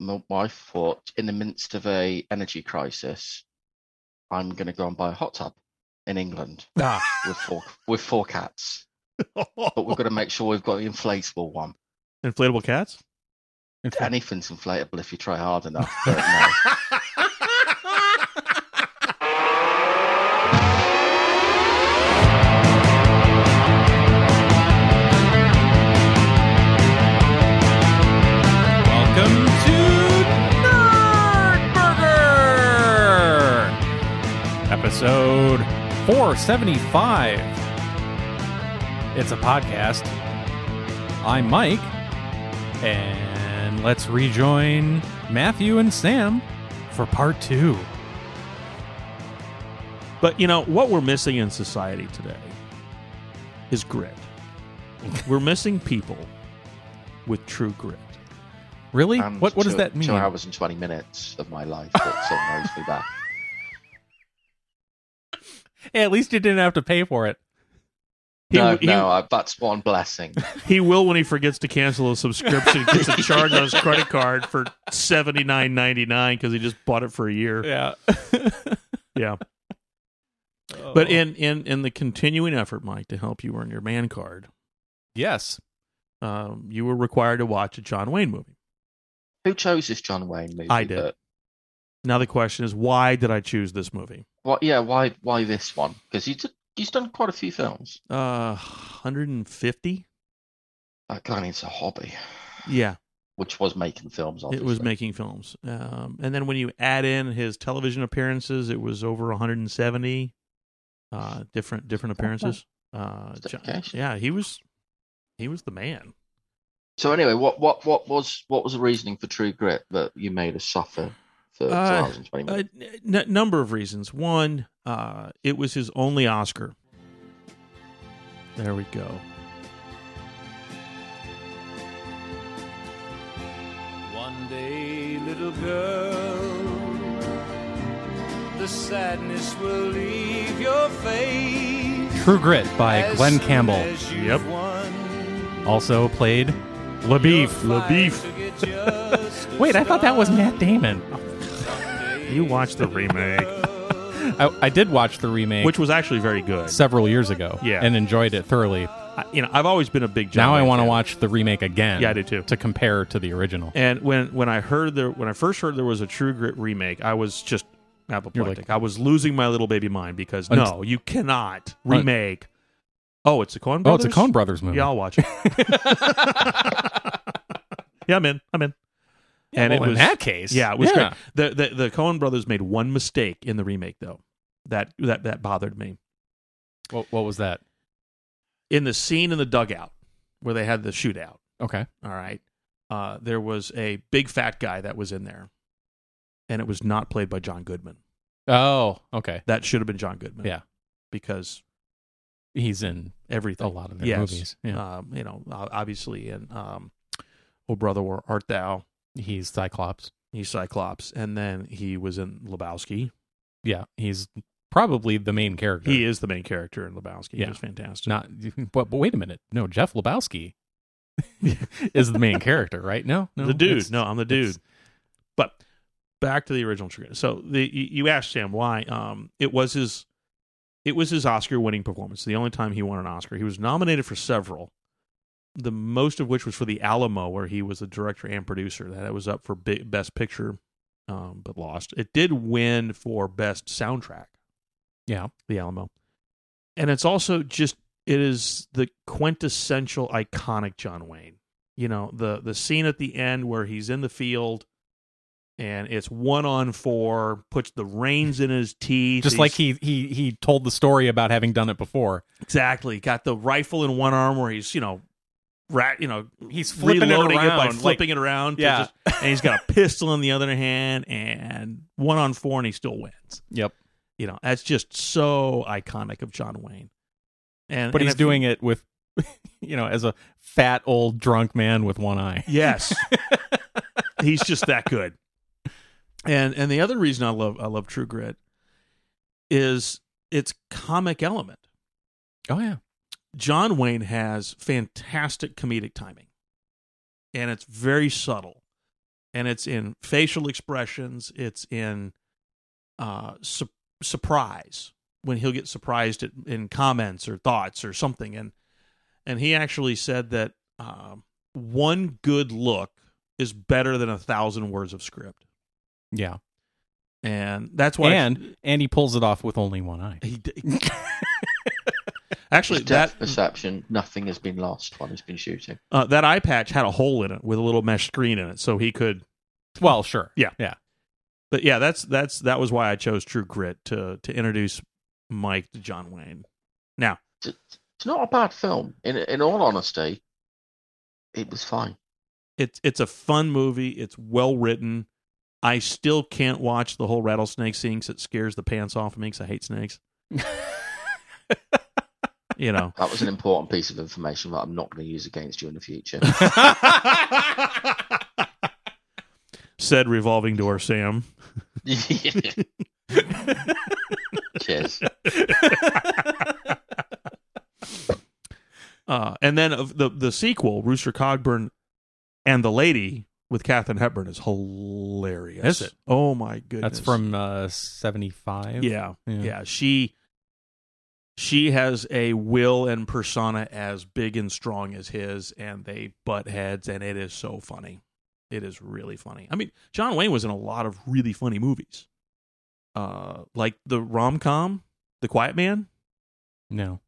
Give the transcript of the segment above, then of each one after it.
my wife thought in the midst of a energy crisis, I'm going to go and buy a hot tub in England Ah. with four with four cats, but we've got to make sure we've got the inflatable one. Inflatable cats? Anything's inflatable if you try hard enough. But uh, no. Welcome to Nerd Burger, episode 475. It's a podcast. I'm Mike, and let's rejoin Matthew and Sam for part two. But you know what we're missing in society today is grit. we're missing people with true grit. Really? And What what does two- that mean? Two hours and twenty minutes of my life that sort of knows me back. Hey, at least you didn't have to pay for it. He- no, he- no, I, that's one blessing. He will when he forgets to cancel a subscription, gets a charge on his credit card for seventy nine ninety nine because he just bought it for a year. Yeah. Yeah. But in, in in the continuing effort, Mike, to help you earn your man card, yes, um, you were required to watch a John Wayne movie. Who chose this John Wayne movie? I did. But Now the question is, why did I choose this movie? What? Yeah. Why? Why this one? Because you did- He's done quite a few films. Uh, hundred and fifty. That guy needs a hobby, Yeah, which was making films. Obviously. it was making films. Um, and then when you add in his television appearances, it was over one hundred and seventy uh, different different appearances. Uh, That's John- dedication. yeah, he was he was the man. So anyway, what what what was what was the reasoning for True Grit that you made us suffer for two Uh, hours and twenty A minutes? n- number of reasons. One, uh, it was his only Oscar. There we go. One day, little girl, the sadness will leave your face. True Grit by As Glenn soon Campbell, as you've Yep. won, also played you'll LaBeef. fight to get just a Wait, I thought that was start. Matt Damon. You watched the remake, I, I did watch the remake which was actually very good. several years ago, Yeah. and enjoyed it thoroughly. I- you know, I've always been a big John. now I Wayne want to fan. watch the remake again. Yeah, I do too. To compare to the original. And when when I heard there when I first heard there was a True Grit remake, I was just apoplectic. I was losing my little baby mind because Unt- no, you cannot remake. oh, it's a Coen Oh, Brothers. it's a Coen Brothers movie. Yeah, I'll watch it. yeah, I'm in. I'm in. well, and it in was that case, Yeah, it was yeah. great. The, the the Coen Brothers made one mistake in the remake though. That that that bothered me. What, what was that? In the scene in the dugout where they had the shootout. Okay. All right. Uh, there was a big fat guy that was in there, and it was not played by John Goodman. Oh, okay. That should have been John Goodman. Yeah. because He's in everything. a lot of their Yes. movies. Yeah. Um, you know, o- obviously, and um, Oh Brother, Where Art Thou? he's Cyclops. He's Cyclops, and then he was in Lebowski. Yeah, he's probably the main character. He is the main character in Lebowski. He Yeah. was fantastic. not. But, but wait a minute. No, Jeff Lebowski is the main character, right? No, no the dude. it's- No, I'm the dude. it's- But back to the original trigger. So the you you asked Sam why. Um, it was his it was his Oscar winning performance. The only time he won an Oscar. He was nominated for several. The most of which was for the Alamo, where he was the director and producer. That was up for bi- best picture, um, but lost. It did win for best soundtrack Yeah, the Alamo. And it's also just it is the quintessential iconic John Wayne. You know, the the scene at the end where he's in the field and it's one on four, puts the reins in his teeth. just like he's- he he he told the story about having done it before. exactly got the rifle in one arm where he's, you know, rat you know He's reloading it, by flipping it around. to yeah. just- and he's got a pistol in the other hand and one on four and he still wins. Yep. You know, that's just so iconic of John Wayne. And But and he's if you- doing it with, you know, as a fat old drunk man with one eye. Yes. He's just that good. And and the other reason I love I love True Grit is its comic element. Oh yeah, John Wayne has fantastic comedic timing. And it's very subtle. and it's in facial expressions. It's in uh, su- surprise when he'll get surprised at, in comments or thoughts or something. And and he actually said that um, one good look is better than a thousand words of script. Yeah. And that's why and and he pulls it off with only one eye. he d- actually His that depth perception, nothing has been lost while he's been shooting. uh, that eye patch had a hole in it with a little mesh screen in it, so he could Well, sure. Yeah. Yeah. But yeah, that's that's that was why I chose True Grit to to introduce Mike to John Wayne. It's not a bad film. In in all honesty, it was fine. It's it's a fun movie. It's well written. I still can't watch the whole rattlesnake scene 'cause it scares the pants off of me 'cause I hate snakes. You know. That was an important piece of information that I'm not going to use against you in the future. Said revolving door, Sam. Cheers. Uh, and then of the the sequel, Rooster Cogburn and the Lady with Katharine Hepburn is hilarious. Is it? Oh my goodness! That's from uh 75. yeah, Yeah. yeah she she has a will and persona as big and strong as his and they butt heads and it is so funny it is really funny i mean john wayne was in a lot of really funny movies uh like the rom-com the quiet man No.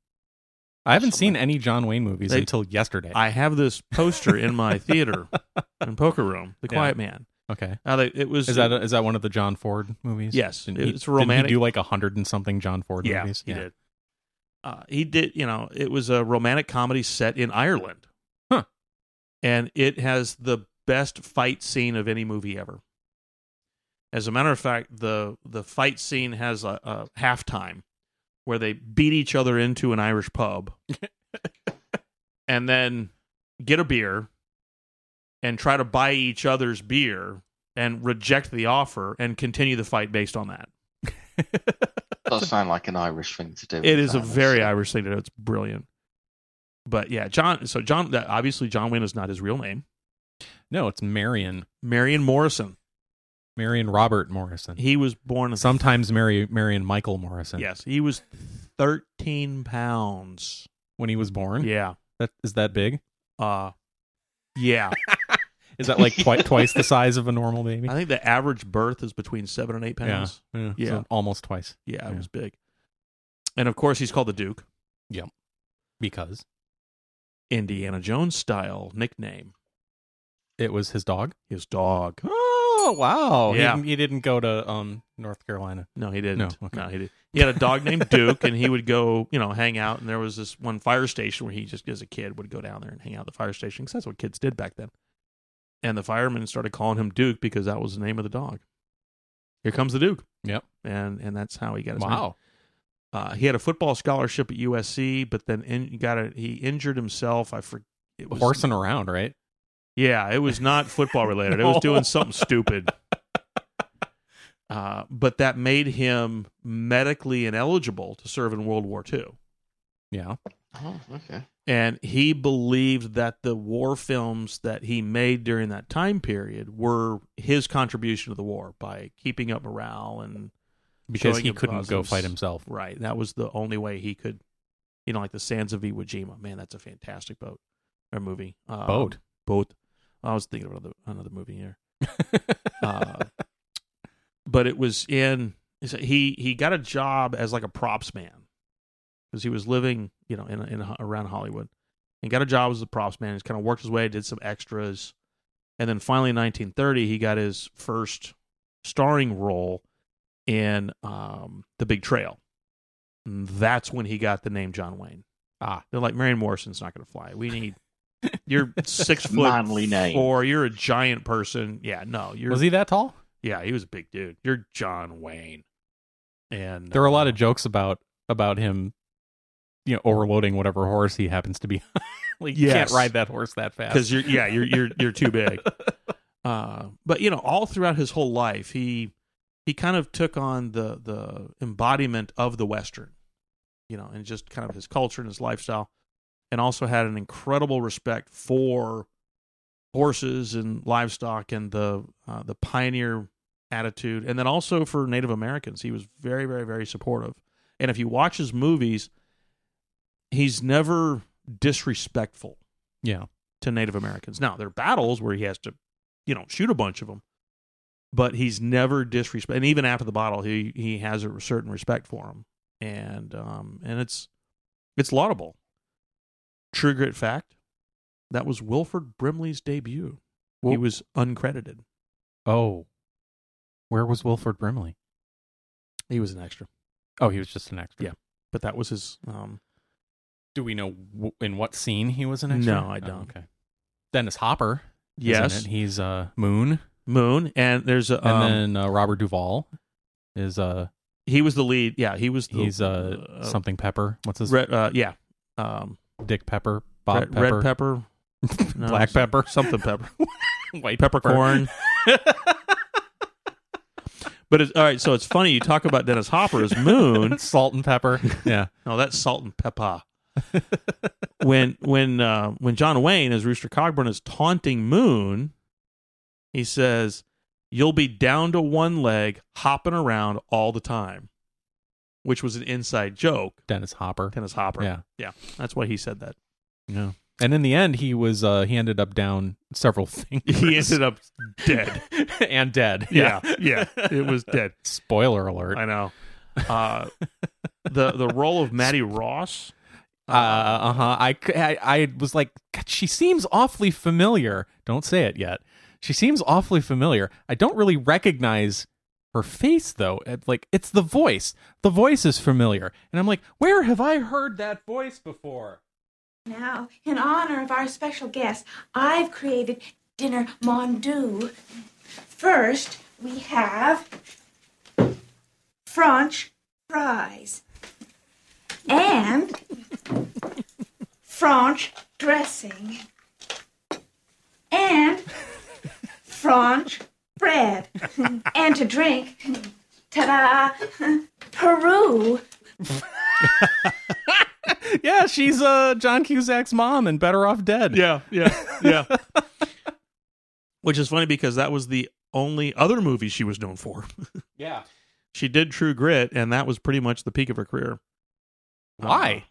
I haven't Something. seen any John Wayne movies They- until yesterday. i have this poster in my theater and poker room the Yeah. quiet man okay. now they, it was Is that is that one of the John Ford movies? Yes, Didn't it's he, romantic. Did he do like a hundred and something John Ford yeah, movies? he did uh, he did you know it was a romantic comedy set in ireland Huh. and it has the best fight scene of any movie ever as a matter of fact the the fight scene has a, a halftime where they beat each other into an irish pub and then get a beer and try to buy each other's beer and reject the offer and continue the fight based on that Does sound like an Irish thing to do. it in is a fairness. very Irish thing to do. It's brilliant. But yeah, John. So John. That obviously, John Wayne is not his real name. No, it's Marion. Marion Morrison. Marion Robert Morrison. He was born. Sometimes Mary Marion Michael Morrison. Yes, he was thirteen pounds. When he was born. Yeah. That is that big? Uh. Yeah. Is that like twi- twice the size of a normal baby? I think the average birth is between seven and eight Yeah. pounds. Yeah. Yeah. So almost twice. Yeah, it Yeah. was big. And of course, he's called the Duke, Because Indiana Jones style nickname. it was his dog. His dog. Oh wow! He Yeah. didn't- He, didn't go to um North Carolina. No, he didn't. No, No, okay. he did. He had a dog named Duke, and he would go, you know, hang out. And there was this one fire station where he just, as a kid, would go down there and hang out at the fire station because that's what kids did back then. And the firemen started calling him Duke because that was the name of the dog. Here comes the Duke. Yep. And and that's how he got his name. Uh, he had a football scholarship at USC, but then in, got a, he injured himself. I forget. It was, horsing around, right? yeah, it was not football related. It was No. doing something stupid. Uh, but that made him medically ineligible to serve in World War II. Yeah. Oh, okay. And he believed that the war films that he made during that time period were his contribution to the war by keeping up morale and Because Showing he him couldn't go positives. fight himself. right. That was the only way he could, you know, like the Sands of Iwo Jima. Man, that's a fantastic boat or movie. Uh, Boat. boat. I was thinking of another another movie here. uh, but it was in he he got a job as like a props man because he was living you know in in around Hollywood and got a job as a props man. He's kind of worked his way, did some extras, and then finally in 1930 he got his first starring role in um, The Big Trail. And that's when he got the name John Wayne. Ah. They're like Marion Morrison's not going to fly. We need you're six foot Manly name. four. You're a giant person. Yeah, no, you're Was he that tall? yeah, he was a big dude. You're John Wayne. And There are a lot of jokes about about him, you know, overloading whatever horse he happens to be. on. like you can't Yes. ride that horse that fast. because you're yeah you're you're you're too big. Uh, but you know, all throughout his whole life, he he kind of took on the the embodiment of the Western, you know, and just kind of his culture and his lifestyle, and also had an incredible respect for horses and livestock and the uh, the pioneer attitude, and then also for Native Americans, he was very, very, very supportive. And if you watch his movies, he's never disrespectful Yeah. to Native Americans. Now there are battles where he has to, you know, shoot a bunch of them, but he's never disrespect. And even after the battle, he he has a certain respect for them, and um and it's it's laudable. True grit fact, that was Wilford Brimley's debut. he Well- was uncredited. Oh. Where was Wilford Brimley? He was an extra, Oh, he was just an extra. Yeah. but that was his. Um, Do we know w- in what scene he was an extra? No, I Oh, don't. okay. Dennis Hopper. isn't yes, it? He's uh, Moon. Moon, and there's a. And um, Oh, then uh, Robert Duvall is uh he was the lead. Yeah, he was. The, he's uh, something Pepper. What's his Red, uh, yeah, um, Dick Pepper, Bob red, Pepper, red pepper, No, Black it's- Pepper, something pepper, White peppercorn. but it's all right. So it's funny you talk about Dennis Hopper as Moon. Salt and pepper. Yeah. No, that's salt and pepper. when when uh, when John Wayne as Rooster Cogburn is taunting Moon, he says, "You'll be down to one leg, hopping around all the time," which was an inside joke. Dennis Hopper. Dennis Hopper. Yeah. That's why he said that. Yeah. And in the end, he was uh he ended up down several things. He ended up dead. and dead. Yeah, yeah, it was dead. Spoiler alert. I know. Uh, the the role of Maddie Ross. Uh huh. I, c- I I was like, God, she seems awfully familiar. Don't say it yet. She seems awfully familiar. I don't really recognize her face though. It, like it's the voice. The voice is familiar, and I'm like, where have I heard that voice before? Now, in honor of our special guest, I've created dinner mondou. First, we have French fries and French dressing and French bread. and to drink, ta da, Peru. Yeah, she's uh John Cusack's mom and Better Off Dead. Yeah, yeah, yeah. Which is funny because that was the only other movie she was known for. yeah. She did True Grit, and that was pretty much the peak of her career. Uh, Why?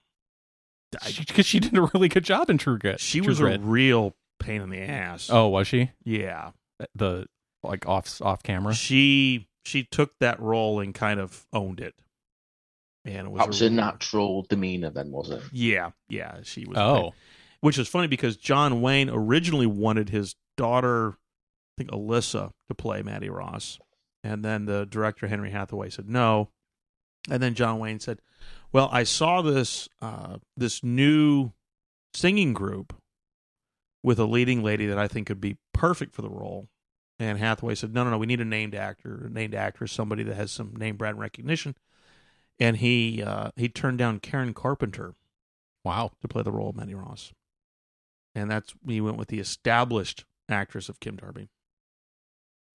Because she, did a really good job in True Uh, Grit. she True was Grit. a real pain in the ass. oh, was she yeah. the like off off camera? She she took that role and kind of owned it. And it was That was a real- natural demeanor, then, was it? Yeah, yeah. She was. a pain- Oh, which is funny because John Wayne originally wanted his daughter, I think Alyssa, to play Maddie Ross, and then the director Henry Hathaway said no, and then John Wayne said, "Well, I saw this uh, this new singing group with a leading lady that I think could be perfect for the role." And Hathaway said, "No, no, no. We need a named actor, a named actress, somebody that has some name brand recognition." And he uh, he turned down Karen Carpenter, wow. to play the role of Maddie Ross. And that's we went with the established actress of Kim Darby.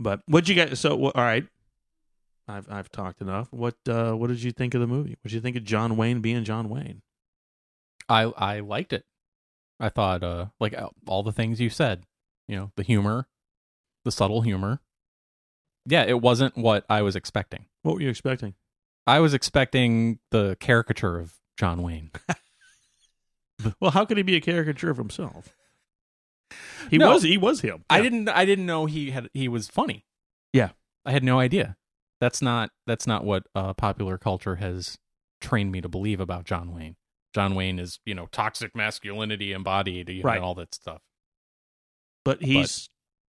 But what'd you guys? So wh- all right, I've I've talked enough. What uh, what did you think of the movie? What did you think of John Wayne being John Wayne? I I liked it. I thought uh like uh, all the things you said, you know, the humor, the subtle humor. Yeah, it wasn't what I was expecting. What were you expecting? I was expecting the caricature of John Wayne. Well, how could he be a caricature of himself? He No. was he was him. I Yeah. didn't I didn't know he had he was funny. Yeah. I had no idea. That's not that's not what uh popular culture has trained me to believe about John Wayne. John Wayne is, you know, toxic masculinity embodied, you know, Right. and all that stuff. but he's.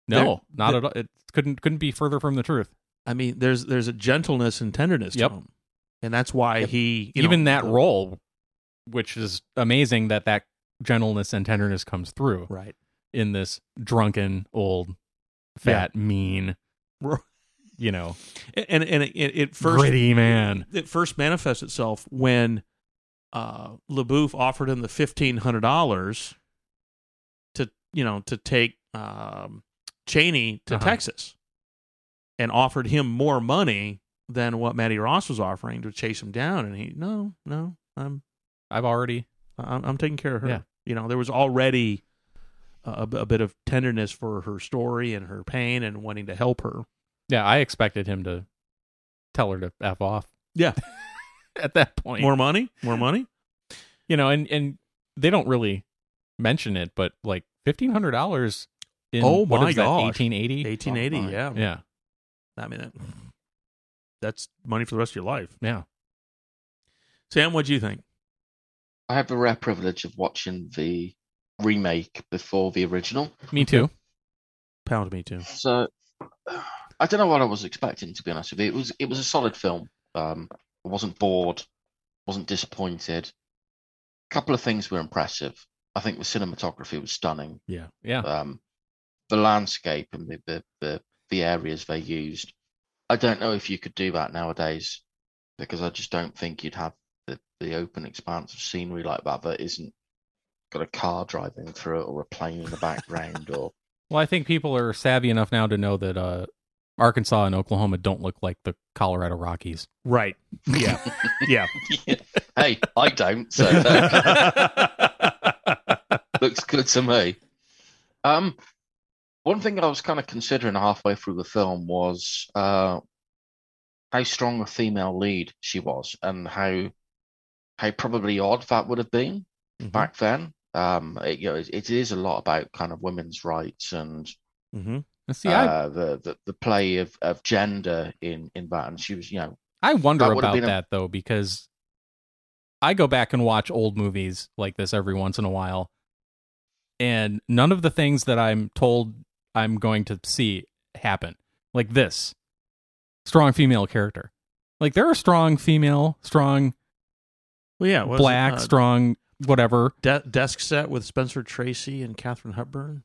No, not there- at all. It couldn't couldn't be further from the truth. I mean, there's there's a gentleness and tenderness Yep. to him, and that's why Yep. he you even know, that the- role, which is amazing that that gentleness and tenderness comes through right. in this drunken, old, fat, mean, you know, And and it, it first gritty man. it first manifests itself when uh, LeBouf offered him the fifteen hundred dollars to you know to take um, Cheney to Uh-huh. Texas, and offered him more money than what Matty Ross was offering to chase him down, and he no no I'm I've already I'm, I'm taking care of her. Yeah. You know there was already a, a bit of tenderness for her story and her pain and wanting to help her. Yeah, I expected him to tell her to f off. Yeah. at that point, More money, more money. you know, and and they don't really mention it, but like fifteen hundred dollars in Oh what my is that, gosh. 1880? 1880, my. yeah. Yeah, I mean, that, that's money for the rest of your life. yeah. Sam, what do you think? I have the rare privilege of watching the remake before the original. Me too. Pound me too. So I don't know what I was expecting to be honest with you. It was it was a solid film. Um, I wasn't bored, wasn't disappointed. A couple of things were impressive. I think the cinematography was stunning. Yeah, Um, the landscape and the the, the the areas they used. I don't know if you could do that nowadays because I just don't think you'd have the, the open expanse of scenery like that that isn't got a car driving through it or a plane in the background or Well, I think people are savvy enough now to know that uh, Arkansas and Oklahoma don't look like the Colorado Rockies. Right. Yeah. yeah. hey, I don't. So uh, that looks good to me. Um, one thing I was kind of considering halfway through the film was uh, how strong a female lead she was, and how how probably odd that would have been Mm-hmm. back then. Um, it, you know, it, it is a lot about kind of women's rights and hmm And See, I, uh, the, the the play of, of gender in in that, and she was, you know, I wonder that would've about been a- that though because I go back and watch old movies like this every once in a while, and none of the things that I'm told I'm going to see happen. Like this strong female character. Like there are strong female, strong Well, yeah. what was it? black, Uh, strong whatever. de- desk set with Spencer Tracy and Catherine Hepburn.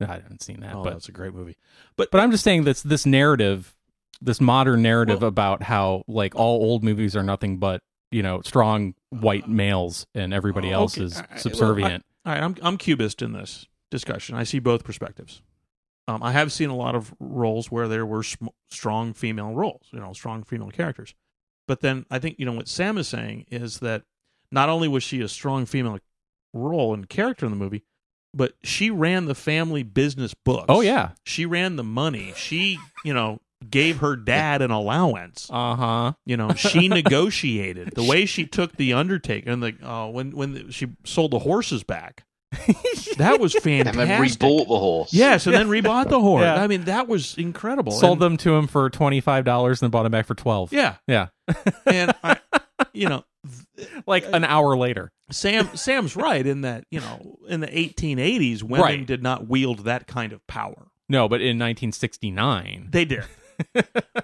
I haven't seen that, oh, but that's a great movie. But I'm just saying this this narrative, this modern narrative Well- about how like all old movies are nothing but you know strong white males and everybody Oh, else okay. is I- I- well, subservient. All right, I'm I'm cubist in this discussion. I see both perspectives. Um, I have seen a lot of roles where there were sm- strong female roles, you know, strong female characters. But then I think you know what Sam is saying is that not only was she a strong female role and character in the movie, but she ran the family business books. oh yeah, she ran the money. She you know gave her dad an allowance. uh huh. You know, she negotiated the way she took the Undertaker and the uh, when when she sold the horses back. That was and then fantastic. rebought the horse. Yes, and then rebought the horse. Yeah. I mean, that was incredible. Sold and, them to him for twenty five dollars and then bought him back for twelve. Yeah, Yeah. and I, you know, like an hour later. Sam Sam's right in that you know in the 1880s women Right. did not wield that kind of power. No, but in 1969, They did,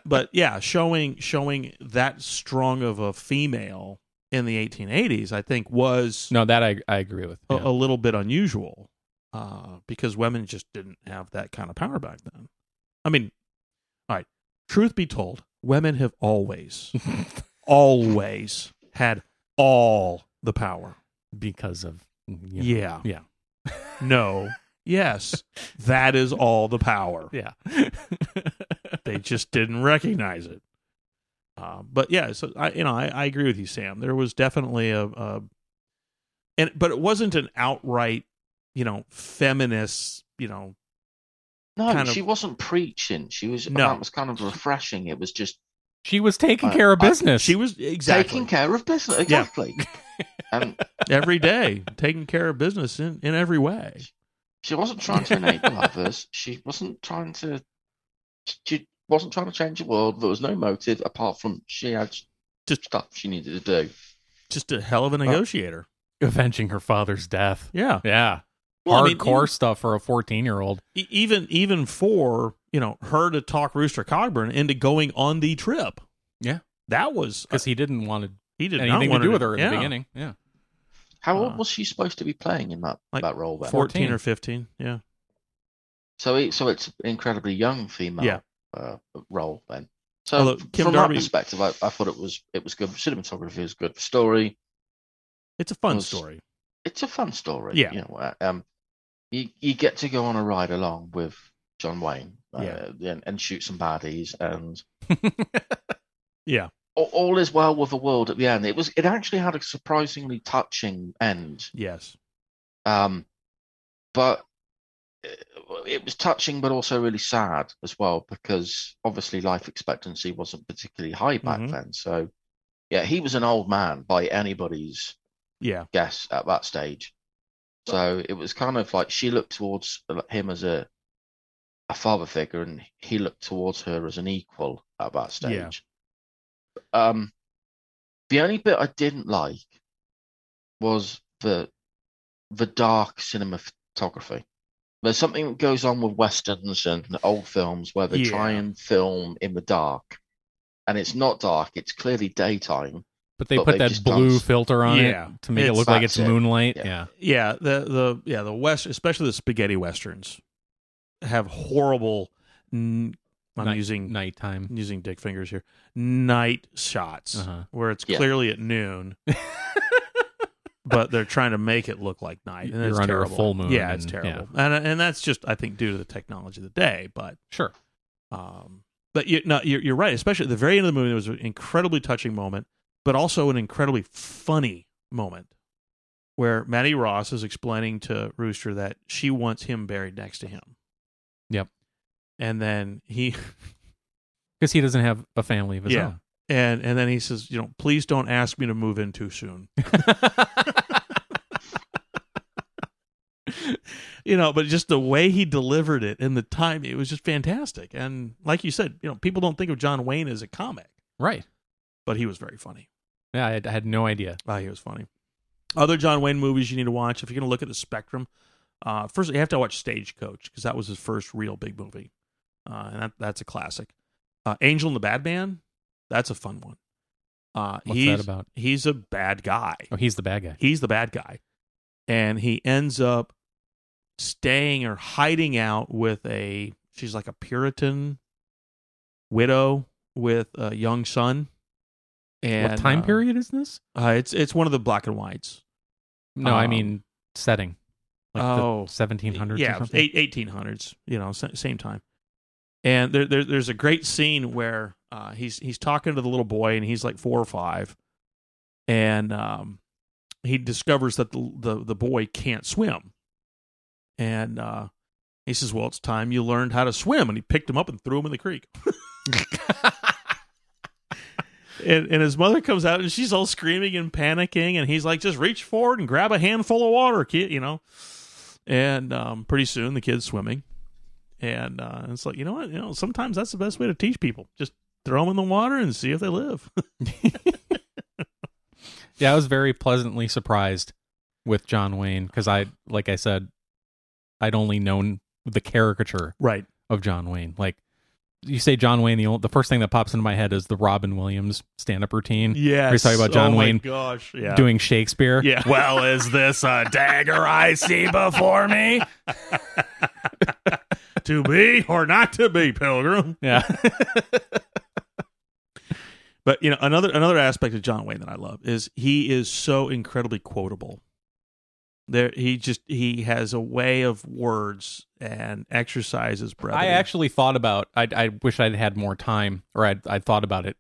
but yeah, showing showing that strong of a female in the 1880s, I think was no, that I I agree with. a, Yeah. a little bit unusual uh, because women just didn't have that kind of power back then. I mean, all right, truth be told, women have always, always had all the power. because of you know, Yeah. yeah No. Yes. That is all the power. yeah. They just didn't recognize it. Uh, but yeah, so I, you know, I, I agree with you, Sam. There was definitely a, a, and but it wasn't an outright, you know, feminist, you know, No, kind of- she wasn't preaching. She was. No. that was kind of refreshing. It was just she was taking I- care of I- business. She was exactly taking care of business. Yeah. Exactly. and every day taking care of business in, in every way. she wasn't trying to enable others. She wasn't trying to. She wasn't trying to change the world. There was no motive apart from she had just stuff she needed to do. Just a hell Uh, of a negotiator. avenging her father's death. yeah. Yeah. Well, I mean, Hardcore stuff for a 14 year old. e- even even for you know her to talk Rooster Cogburn into going on the trip. Yeah. that was uh, Because he didn't want to he did not anything to want do with her in yeah, the beginning. Yeah. How Uh, old was she supposed to be playing in that like that role then? Fourteen 14. or fifteen. Yeah, So it, so it's an incredibly young female Yeah. uh, role then. So Although f- Kim from Darby- that perspective, I, I thought it was it was good. Cinematography is good. Story, it's a fun Was- story. it's a fun story. Yeah. you know, uh, um, you you get to go on a ride along with John Wayne, uh, and, and shoot some baddies, and Yeah, all, all is well with the world at the end. It was it actually had a surprisingly touching end. yes, Um, but uh, it was touching, but also really sad as well because obviously life expectancy wasn't particularly high back Mhm. then. So, yeah, he was an old man by anybody's Yeah. guess at that stage. So it was kind of like she looked towards uh, him as a a father figure, and he looked towards her as an equal at that Yeah. stage. Um, the only bit I didn't like was the the dark cinematography. There's something that goes on with westerns and old films where they try Yeah. and film in the dark, and it's not dark; it's clearly daytime. But they But put they that just blue don't- filter on Yeah. it to make it It's- look like that's it's it. moonlight. Yeah. Yeah. Yeah, the the yeah, the west, especially the spaghetti westerns have horrible n- I'm Night- using Nighttime. using dick fingers here. Night shots Uh-huh. where it's Yeah. clearly at noon. but they're trying to make it look like night and You're it's under a terrible. full moon Yeah, it's and- terrible. And and that's just I think due to the technology of the day, but Sure. um but you no you're, you're right, especially at the very end of the movie there was an incredibly touching moment, but also an incredibly funny moment where Maddie Ross is explaining to Rooster that she wants him buried next to him. Yep. And then he Because he doesn't have a family of his Yeah. own. and and then he says, you know, please don't ask me to move in too soon. you know, but just the way he delivered it and the time, it was just fantastic. And like you said, you know, people don't think of John Wayne as a comic, Right. but he was very funny. Yeah, I had, I had no idea. Ah, he was funny. Other John Wayne movies you need to watch if you're going to look at the spectrum. Uh, first, you have to watch Stagecoach because that was his first real big movie, uh, and that, that's a classic. Uh, Angel and the Bad Man, that's a fun one. Uh, What's he's, that about? He's a bad guy. Oh, he's the bad guy. He's the bad guy, and he ends up staying or hiding out with a she's like a Puritan widow with a young son. And what time uh, period is this? uh, it's it's one of the black and whites. No, I um, mean setting. Like oh, the 1700s or yeah, something. eight, 1800s. You know, sa- same time. And there, there there's a great scene where uh, he's he's talking to the little boy, and he's like four or five, and um, he discovers that the the, the boy can't swim, and uh, he says, "Well, it's time you learned how to swim." And he picked him up and threw him in the creek. And, and his mother comes out and she's all screaming and panicking and he's like just reach forward and grab a handful of water kid you know and um, pretty soon the kid's swimming and uh, it's like you know what you know sometimes that's the best way to teach people just throw them in the water and see if they live Yeah, I was very pleasantly surprised with John Wayne because I, like I said, I'd only known the caricature right of John Wayne. Like you say, John Wayne, the, ol- the first thing that pops into my head is the Robin Williams stand-up routine. yeah We're talking about John oh Wayne my gosh yeah doing Shakespeare. yeah Well, is this a dagger I see before me? to be or not to be pilgrim Yeah. But you know, another another aspect of John Wayne that I love is he is so incredibly quotable. There, he just he has a way of words and exercises breath. I actually thought about. I, I wish I'd had more time, or I I thought about it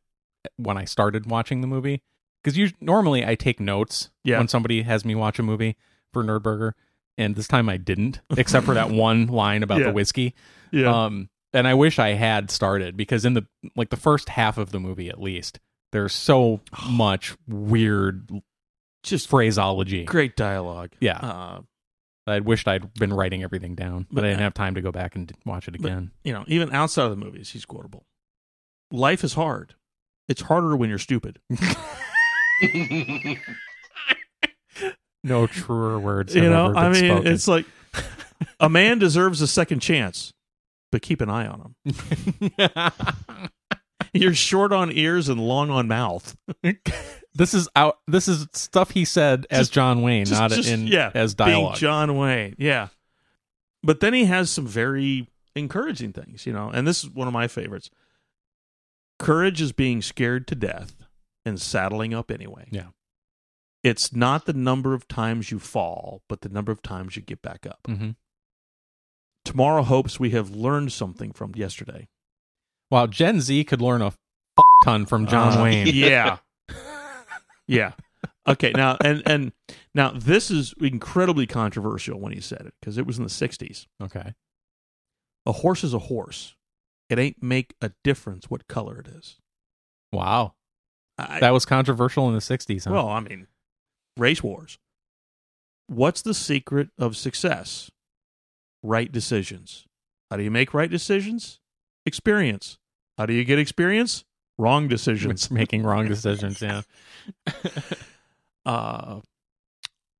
when I started watching the movie because you normally I take notes Yeah. when somebody has me watch a movie for Nerdburger, and this time I didn't, except for that one line about Yeah. the whiskey. yeah, Um, and I wish I had started because in the like the first half of the movie at least, there's so much weird just phraseology. great dialogue. Yeah. uh, I wished I'd been writing everything down, but I didn't have time to go back and watch it But- again. you know, even outside of the movies, he's quotable. Life is hard. It's harder when you're stupid. No truer words. you have know, ever been I mean, spoken. it's like a man deserves a second chance, but keep an eye on him. You're short on ears and long on mouth. this is out. This is stuff he said as Just- John Wayne, just- not just, in yeah, as Being dialogue. John Wayne, yeah. But then he has some very encouraging things, you know, and this is one of my favorites. Courage is being scared to death and saddling up anyway. Yeah. It's not the number of times you fall, but the number of times you get back up. Mhm. Tomorrow hopes we have learned something from yesterday. Wow, Gen Z could learn a f- ton from John Uh, Wayne. Yeah. yeah. Okay, now and and Now, this is incredibly controversial when he said it because it was in the 60s. Okay. A horse is a horse. It ain't make a difference what color it is. Wow. I, That was controversial in the 60s, huh? well, I mean, race wars. What's the secret of success? Right decisions. How do you make right decisions? Experience. How do you get experience? Wrong decisions. It's making wrong decisions, yeah. Uh,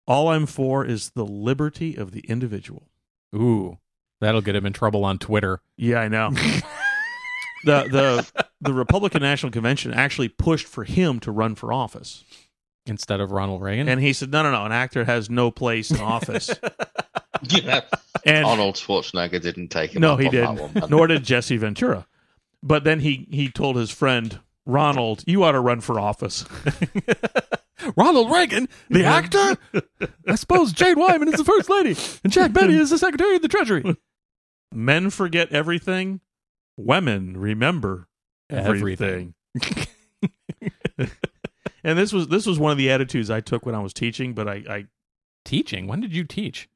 all I'm for is the liberty of the individual. Ooh. That'll get him in trouble on Twitter. Yeah, I know. the the the Republican National Convention actually pushed for him to run for office. instead of Ronald Reagan. And he said, "No, no, no, an actor has no place in office." Yeah, And Arnold Schwarzenegger didn't take him. no, up he on didn't. That one, man. Nor did Jesse Ventura. But then he he told his friend Ronald, "You ought to run for office." Ronald Reagan, the actor? I suppose Jane Wyman is the first lady, and Jack Benny is the Secretary of the Treasury. Men forget everything. Women remember everything. and this was this was one of the attitudes I took when I was teaching, but I, I Teaching? When did you teach?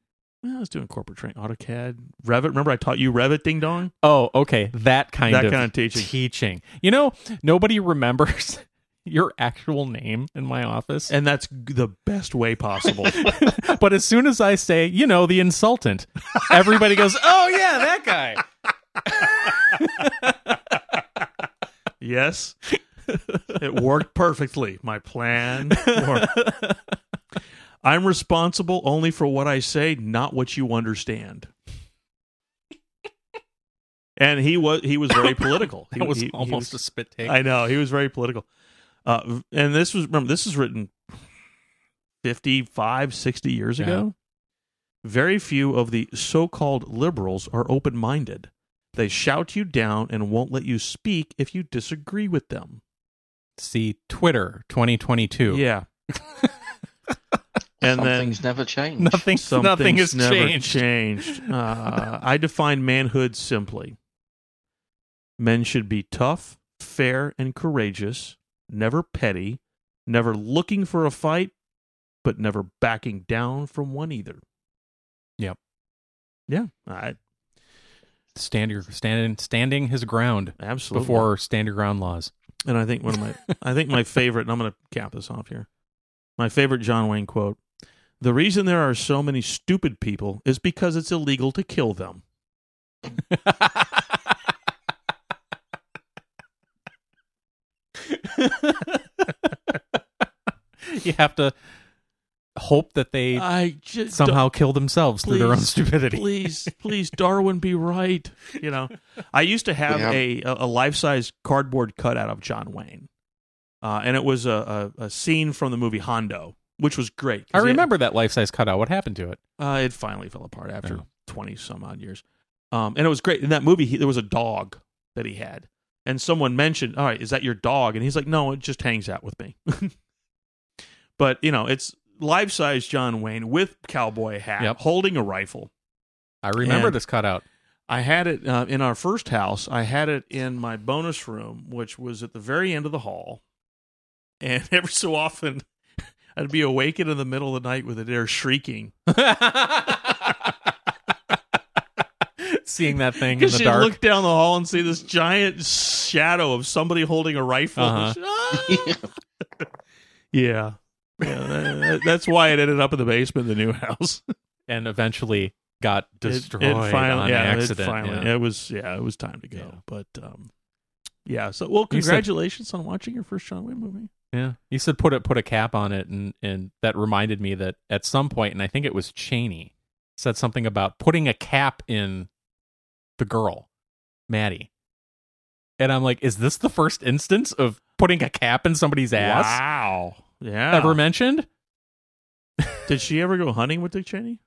Well, I was doing corporate training, AutoCAD, Revit. Remember, I taught you Revit, ding dong. Oh, okay. That kind That of kind of teaching. Teaching. You know, nobody remembers your actual name in my office. And that's g- the best way possible. but as soon as I say, you know, the insultant, everybody goes, "Oh yeah, that guy." yes, it worked perfectly. My plan. worked. I'm responsible only for what I say, not what you understand. And he was he was very political. He That was he- he almost a spit take. I know he was very political. Uh, v- and this was remember this was written 55, 60 years ago. Very few of the so-called liberals are open-minded. They shout you down and won't let you speak if you disagree with them. See Twitter 2022. Yeah. and Some then things never change. Nothing some nothing things has never changed. changed. Uh, I define manhood simply: men should be tough, fair, and courageous. Never petty, never looking for a fight, but never backing down from one either. Yep. Yeah. I, Stand your stand, standing his ground absolutely. before stand your ground laws. And I think one of my I think my favorite, and I'm going to cap this off here. My favorite John Wayne quote: "The reason there are so many stupid people is because it's illegal to kill them." you have to hope that they I just somehow kill themselves through their own Uh, Please, stupidity. please, please, Darwin, be right. You know, I used to have Yeah. a a life size cardboard cutout of John Wayne, uh, and it was a, a a scene from the movie Hondo, which was great. I 'cause it- remember that life size cutout. What happened to it? uh, it finally fell apart after Oh. twenty some odd years, um, and it was great. In that movie, he, there was a dog that he had, and someone mentioned, "All right, is that your dog?" And he's like, "No, it just hangs out with me." but you know, it's life size John Wayne with cowboy hat, Yep. holding a rifle. I remember And- this cutout. I had it uh, in our first house. I had it in my bonus room, which was at the very end of the hall. And every so often, I'd be awakened in the middle of the night with it there shrieking Seeing that thing in because the she'd dark. look down the hall and see this giant shadow of somebody holding a rifle. "Ah!" Uh-huh. yeah, yeah. that- that's why it ended up in the basement of the new house. and eventually got destroyed it, it finally, on yeah, accident. It, finally, yeah. it was yeah, it was time to go. Yeah. But um, yeah, so well, You said- congratulations on watching your first John Wayne movie. Yeah. You said put a put a cap on it and and that reminded me that at some point and I think it was Cheney said something about putting a cap in the girl, Maddie. And I'm like, is this the first instance of putting a cap in somebody's ass Wow. Yeah. ever mentioned? Did she ever go hunting with Dick Cheney?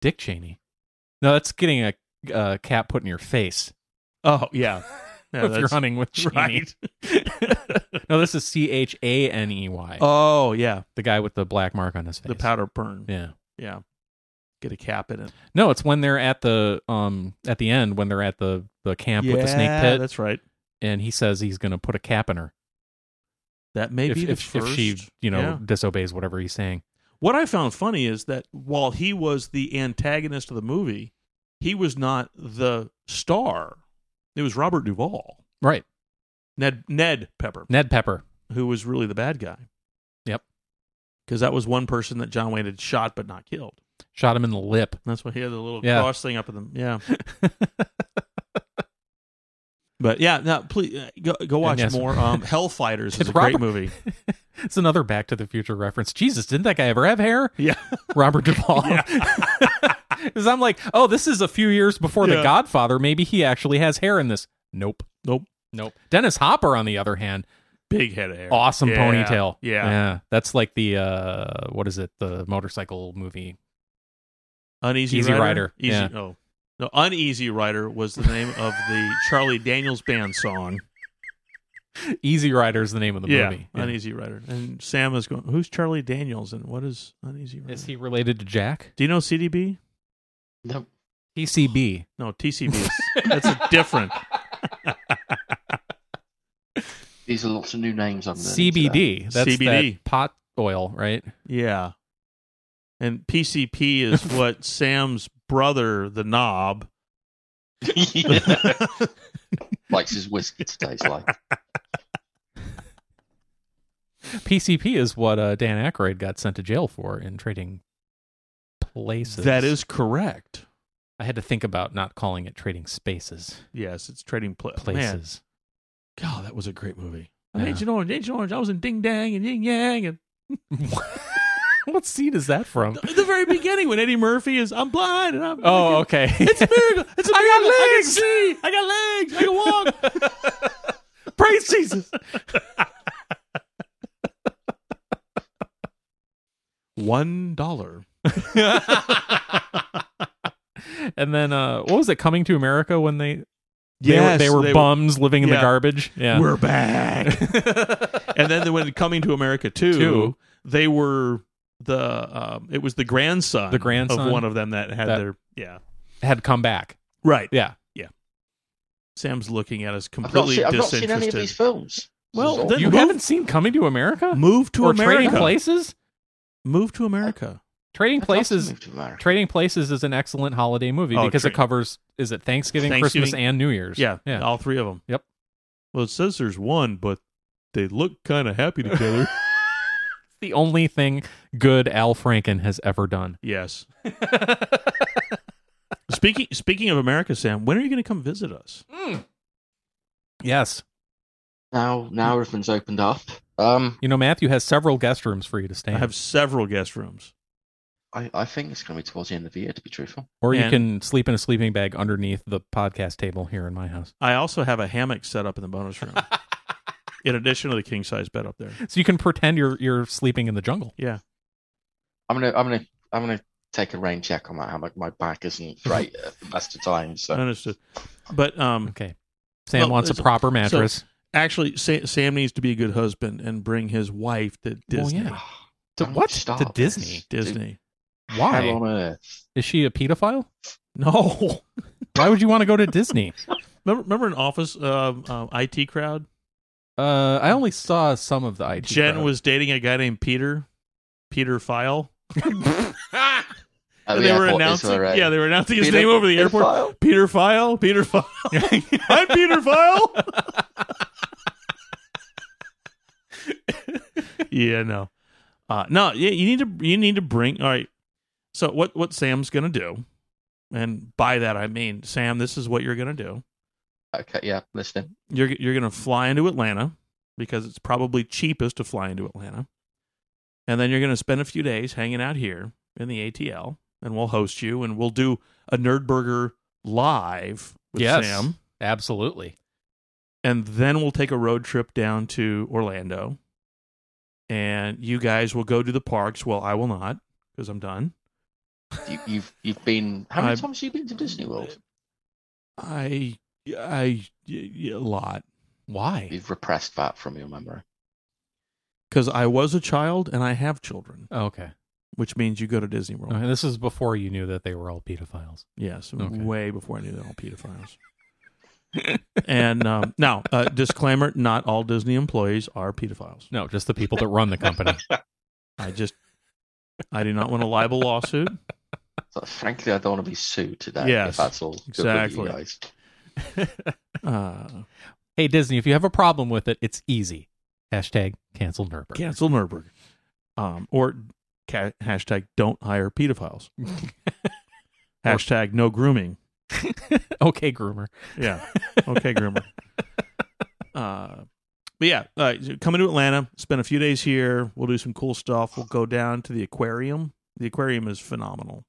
Dick Cheney. No, that's getting a uh, cap put in your face Oh yeah. if Yeah, you're that's- hunting with Cheney. right. No, this is C H A N E Y. oh yeah, The guy with the black mark on his face. the powder burn. Yeah. Yeah. Get a cap in it. No, it's when they're at the um at the end when they're at the the camp with the snake Yeah, pit, That's right. and he says he's going to put a cap in her That may if be the if, first. if she you know yeah. disobeys whatever he's saying. What I found funny is that while he was the antagonist of the movie, he was not the star. It was Robert Duvall, Right. Ned Ned Pepper, Ned Pepper. who was really the bad guy. Yep. Because that was one person that John Wayne had shot but not killed. Shot him in the lip. That's why he had the little Yeah. cross thing up in the yeah. but yeah, no, please uh, go, go watch yes. more. Um, Hellfighters is It's a Robert- great movie. It's another Back to the Future reference. Jesus, didn't that guy ever have hair? Yeah, Robert Duvall. Because I'm like, oh, this is a few years before The Yeah. Godfather. Maybe he actually has hair in this. Nope. Nope. Nope. Dennis Hopper, on the other hand, big head of hair. awesome Yeah. ponytail. Yeah. Yeah. That's like the, uh, what is it? The motorcycle movie. Uneasy Easy Rider. Rider, Easy. yeah. Oh, no, Uneasy Rider was the name of the Charlie Daniels Band song. Easy Rider is the name of the yeah, movie. Uneasy Rider. And Sam is going. Who's Charlie Daniels and what is Uneasy Rider? Is he related to Jack? Do you know CDB? No, TCB. No, TCB. is- That's a different. these are lots of new names I'm learning today. CBD. That's CBD. that pot oil, right? Yeah. And PCP is what Sam's brother, the knob. Yeah. likes his whiskey to taste like. PCP is what uh, Dan Aykroyd got sent to jail for in Trading Places. That is correct. I had to think about not calling it Trading Spaces. Yes, it's trading pla- Man, Places. God, that was a great movie. Yeah. Agent Orange, Agent Orange. I was in Ding Dang and Ying Yang, and what scene is that from? at the very beginning when Eddie Murphy is, I'm blind and I'm. Oh, okay. It's a miracle. It's a miracle. I got I can legs. see. I got legs. I can walk. Praise Jesus. One dollar. and then uh, what was it? Coming to America when they they were, they were bums living in the Yeah. garbage. Yeah. We're back. and then when coming to America too, Two. they were the um, it was the grandson The grandson. of one of them that had That- their yeah had come back. right. Yeah. Sam's looking at us I've not, completely seen, I've not seen disinterested. any of these films. Well, This is all- then- You move- haven't seen Coming to America? Move to or Trading America. Places? Move to America. I'd Trading love to Places move to America. Trading Places is an excellent holiday movie Oh, because it tra- covers is it Thanksgiving, Thanksgiving- Christmas, and New Year's. Yeah, yeah. all three of them. Yep. Well, it says there's one, but they look kind of happy together. The only thing good Al Franken has ever done. yes. speaking speaking of America, Sam, when are you going to come visit us? Yes, Now, now everything's opened up. Um, you know Matthew has several guest rooms for you to stay. I in. have several guest rooms. I, I think it's going to be towards the end of the year, to be truthful. or you and- can sleep in a sleeping bag underneath the podcast table here in my house. I also have a hammock set up in the bonus room. in addition to the king size bed up there. So you can pretend you're you're sleeping in the jungle. Yeah. I'm gonna, I'm gonna, I'm gonna take a rain check on that hammock. My back isn't great at the best of times. So. Understood. But um Okay. Sam Well, wants a it's- proper mattress. actually Sa- Sam needs to be a good husband and bring his wife to Well, Disney. Oh, yeah. To Don't what? start To this. Disney? Disney. How Why on earth? is she a pedophile? No. Why would you want to go to Disney? Remember, remember in office um, um, IT crowd? Uh, I only saw some of the IT. Jen crowd. was dating a guy named Peter. Peter File. At And the they were airport, announcing Israel, right? Yeah, they were announcing his Peter- name over the Peter airport. File? Peter File. Peter File. I'm Peter File. yeah, no. Uh no, yeah, you need to you need to bring all right. So what what Sam's gonna do, and by that I mean, Sam, this is what you're gonna do. Okay, yeah, listening. You're you're gonna fly into Atlanta because it's probably cheapest to fly into Atlanta. And then you're gonna spend a few days hanging out here in the ATL and we'll host you and we'll do a nerd burger live with Yes. Sam. absolutely. and then we'll take a road trip down to Orlando. And you guys will go to the parks. Well, I will not because I'm done. You, you've you've been how many I've- times have you been to Disney World? I, I, y- y- a lot Why? You've repressed that from your memory. because I was a child and I have children, Oh, Okay. which means you go to Disney World. okay. This is before you knew that they were all pedophiles. Yes, Okay. way before I knew they're all pedophiles. and um, now, uh, disclaimer: not all Disney employees are pedophiles. No, just the people that run the company. I just I do not want a libel lawsuit. So, frankly, I don't want to be sued today. Yes, if that's all. good with you exactly. guys. Uh, Hey Disney, if you have a problem with it, it's easy. Hashtag cancel Nurburgring. cancel Nurburg. Um, or ca- hashtag don't hire pedophiles. hashtag no grooming. okay, groomer. Yeah. Okay, groomer. Uh, but yeah, uh, coming to Atlanta, spend a few days here. We'll do some cool stuff. We'll go down to the aquarium. The aquarium is phenomenal.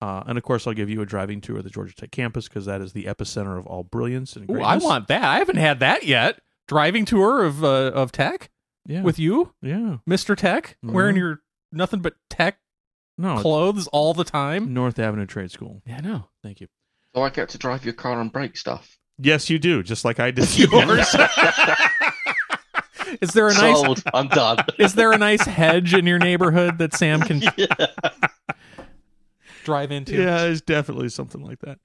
Uh, and of course, I'll give you a driving tour of the Georgia Tech campus because that is the epicenter of all brilliance and Ooh, I greatness. want that. I haven't had that yet. Driving tour of uh, of Tech yeah, with you, yeah, Mister Tech, Mhm. wearing your nothing but Tech no, it's clothes all the time. North Avenue Trade School. Oh. Yeah, I know. Thank you. So I get to drive your car and break stuff. Yes, you do. Just like I did yours. Is there a nice Sold. I'm done. Is there a nice hedge in your neighborhood that Sam can drive into? Yeah, it's definitely something like that.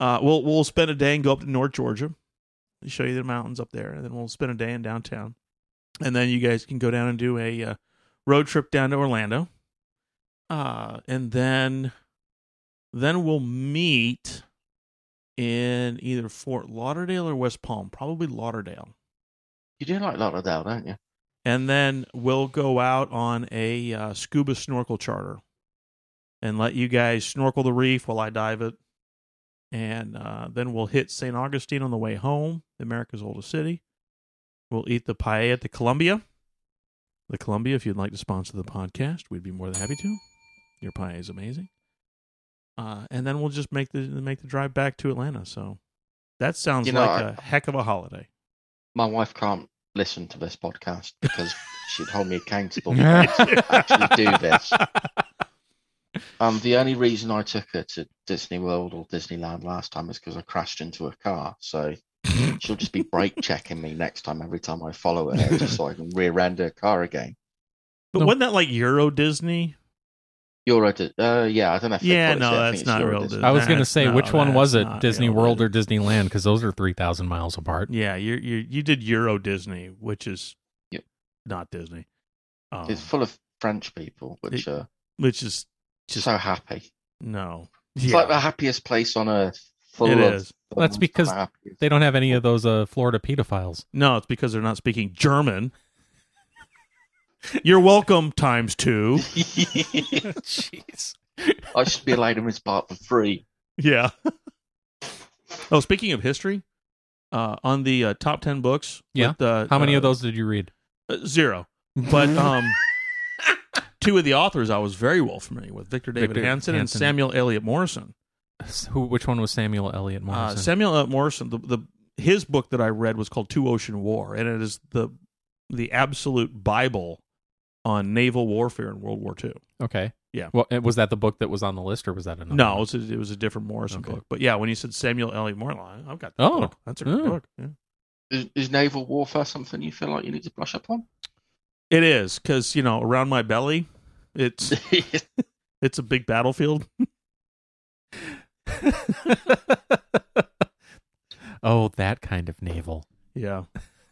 Uh, we'll we'll spend a day and go up to North Georgia, show you the mountains up there, and then we'll spend a day in downtown, and then you guys can go down and do a uh, road trip down to Orlando, uh, and then then we'll meet in either Fort Lauderdale or West Palm, probably Lauderdale, You do like Lauderdale, don't you? and then we'll go out on a uh, scuba snorkel charter and let you guys snorkel the reef while I dive it. And uh, then we'll hit St. Augustine on the way home, America's oldest city. We'll eat the paella at the Columbia. The Columbia, if you'd like to sponsor the podcast, we'd be more than happy to. Your paella is amazing. Uh, and then we'll just make the make the drive back to Atlanta. So that sounds You know, like I- a heck of a holiday. My wife can't listen to this podcast because she'd hold me accountable. for it. actually do this. Um, the only reason I took her to Disney World or Disneyland last time is because I crashed into a car. So she'll just be brake checking me next time every time I follow her, just so I can rear end her car again. But No. wasn't that like Euro Disney? Euro, Di- uh, yeah, I don't know. If they Yeah, call it Disney, no, I that's think it's not Euro real Disney. I was going to That's- say, no, which one was that's it? not Disney real, World but- or Disneyland? Because those are 3,000 miles apart. Yeah, you you you did Euro Disney, which is Yep. not Disney, um, It's full of French people, which are which is just so happy. It's no. like the happiest place on earth. Full it of is That's because happy- They don't have any of those uh, Florida pedophiles. no. It's because they're not speaking German. You're welcome. Times two. Jeez. I should be allowed to miss part for free. Yeah. oh, speaking of history, uh, on the uh, top ten books. Yeah. with, uh, How many uh, of those did you read? uh, Zero. But um, two of the authors I was very well familiar with: Victor David Victor Hansen, and Hansen. Samuel Eliot Morrison. S- Who? Which one was Samuel Eliot Uh, Morrison? Samuel L. Morrison, the, the his book that I read was called Two Ocean War, and it is the the absolute bible on naval warfare in World War II. okay. Yeah. Well, and was that the book that was on the list, or was that another? No, it one? was, a, it was a different Morrison Okay. book, but yeah, when you said Samuel Eliot Morrison, I've got that Oh, book. That's a good yeah. book. Yeah. Is, is naval warfare something you feel like you need to brush up on? It is because you know around my belly, it's it's a big battlefield. oh, that kind of navel. Yeah.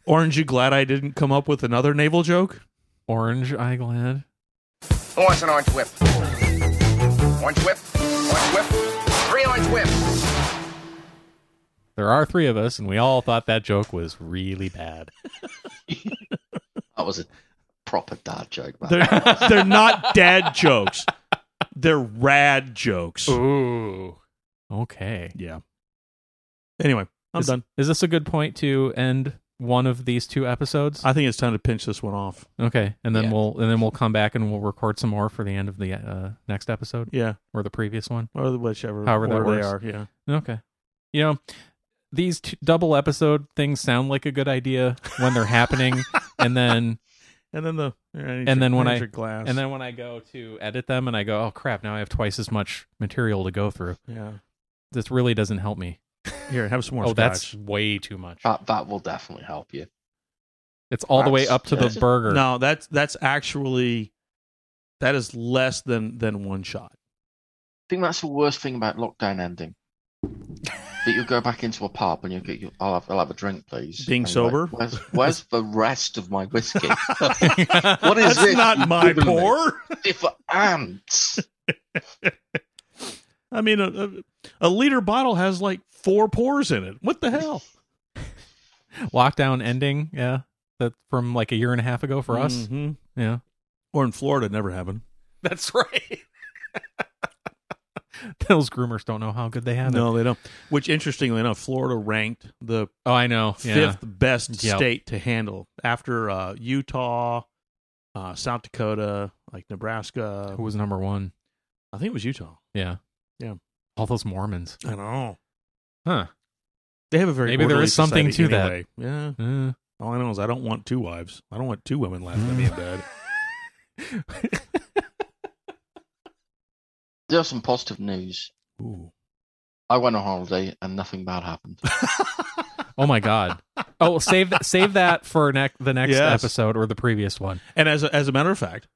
Orange, you glad I didn't come up with another naval joke? Orange, I glad. Who wants an orange whip? Orange whip? Orange whip? Three orange whips. There are three of us, and we all thought that joke was really bad. That was a proper dad joke, man. They're they're not dad jokes. They're rad jokes. Ooh. Okay. Yeah. Anyway, I'm is, done. Is this a good point to end one of these two episodes? I think it's time to pinch this one off. okay, and then Yeah. we'll and then we'll come back and we'll record some more for the end of the uh, next episode Yeah, or the previous one. or whichever. However that order they are. works. Yeah. Okay. You know, these two double episode things sound like a good idea when they're happening, and then And then the and then when I- glass and then when I go to edit them and I go, oh crap, now I have twice as much material to go through. yeah. This really doesn't help me. Here, have some more. oh, that's scotch. way too much. That that will definitely help you. It's all the way That's- up to that's- the burger. no. That's that's actually that is less than than one shot. I think that's the worst thing about lockdown ending. that you go back into a pub and you get, you, I'll, have, I'll have a drink, please. Being And like, sober? where's, where's the rest of my whiskey? what is That's this not you've my given me? pour. If ants. I mean, a, a, a liter bottle has like four pours in it. What the hell? Lockdown ending, yeah. That from like a year and a half ago for us. Mhm. Yeah. or in Florida, it never happened. That's right. Those groomers don't know how good they have it. No, they don't. Which, interestingly enough, Florida ranked the Oh, I know. Yeah. fifth best Yep. state to handle after uh, Utah, uh, South Dakota, like Nebraska. Who was number one? I think it was Utah. Yeah. Yeah. All those Mormons. I know. Huh. They have a very Maybe there orderly is something to society that. anyway. Yeah. Uh, All I know is I don't want two wives. I don't want two women laughing at me in bed. There's some positive news. Ooh. I went on holiday and nothing bad happened. oh my god. Oh, well, save that save that for next the next Yes. episode or the previous one. And as a, as a matter of fact,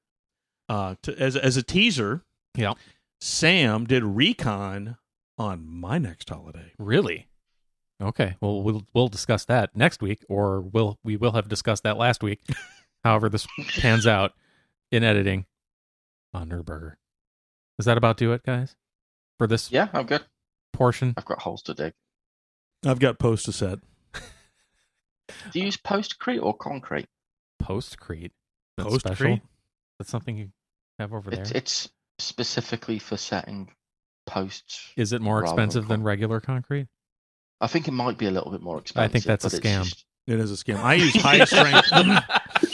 uh, to, as as a teaser, Yeah. Sam did recon on my next holiday. Really? Okay. Well, we'll we'll discuss that next week, or we'll we will have discussed that last week. However, this pans out in editing on Nerdburger. Does that about do it, guys? For this yeah, I'm good. portion, I've got holes to dig. I've got posts to set. Do you use postcrete or concrete? postcrete. That's Postcrete? special. That's something you have over there. It's, Is it's specifically for setting posts. it more rather than expensive than con- regular concrete? I think it might be a little bit more I expensive. think that's a but it's scam. just- It is a scam. I use high strength.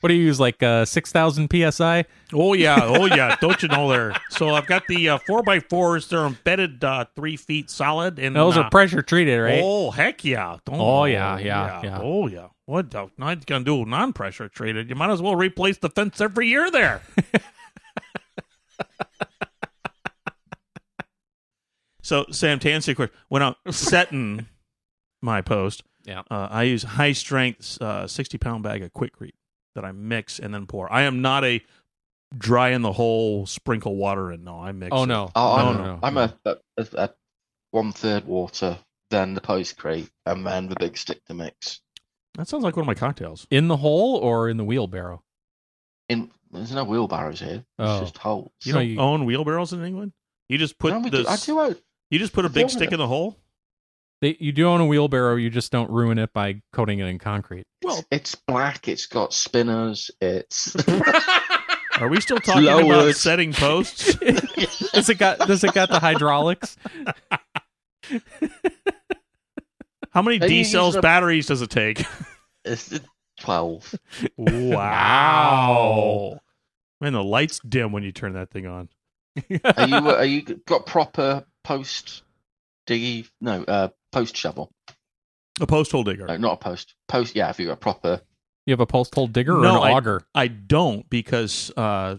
What do you use? Like uh, six thousand psi? oh yeah, oh yeah. Don't you know there? So I've got the uh, four by fours. They're embedded uh, three feet solid. And Those uh, are pressure treated, right? Oh heck yeah! Don't- Oh, yeah, yeah, yeah. Oh yeah! What the? Now you gonna do non-pressure treated? You might as well replace the fence every year there. so Sam, to answer your question, when I'm setting my post, Yeah. uh, I use high strength uh, sixty pound bag of quickcrete that I mix and then pour. I am not a dry in the hole, sprinkle water in. No, I mix. Oh it. no! Oh, no, I'm, no, no! I'm a, a, a, a one third water, then the postcrete, and then the big stick to mix. that sounds like one of my cocktails. in the hole or in the wheelbarrow. In there's no wheelbarrows here. It's Oh. just holes. You So don't you- own wheelbarrows in England. You just put No, we the do- I do own- You just put a I big don't stick know. in the hole? They, you do own a wheelbarrow, you just don't ruin it by coating it in concrete. Well, It's black. It's got spinners. It's are we still talking Lowered. about setting posts? Does it got does it got the hydraulics? How many Hey, you D use cells the- batteries does it take? it's twelve. Wow. Man, the lights dim when you turn that thing on. Are you uh, are you got proper post diggy? No, uh, post shovel. A post hole digger. No, not a post. Post. Yeah, if you got proper. You have a post hole digger or No, an I- auger? I don't because uh,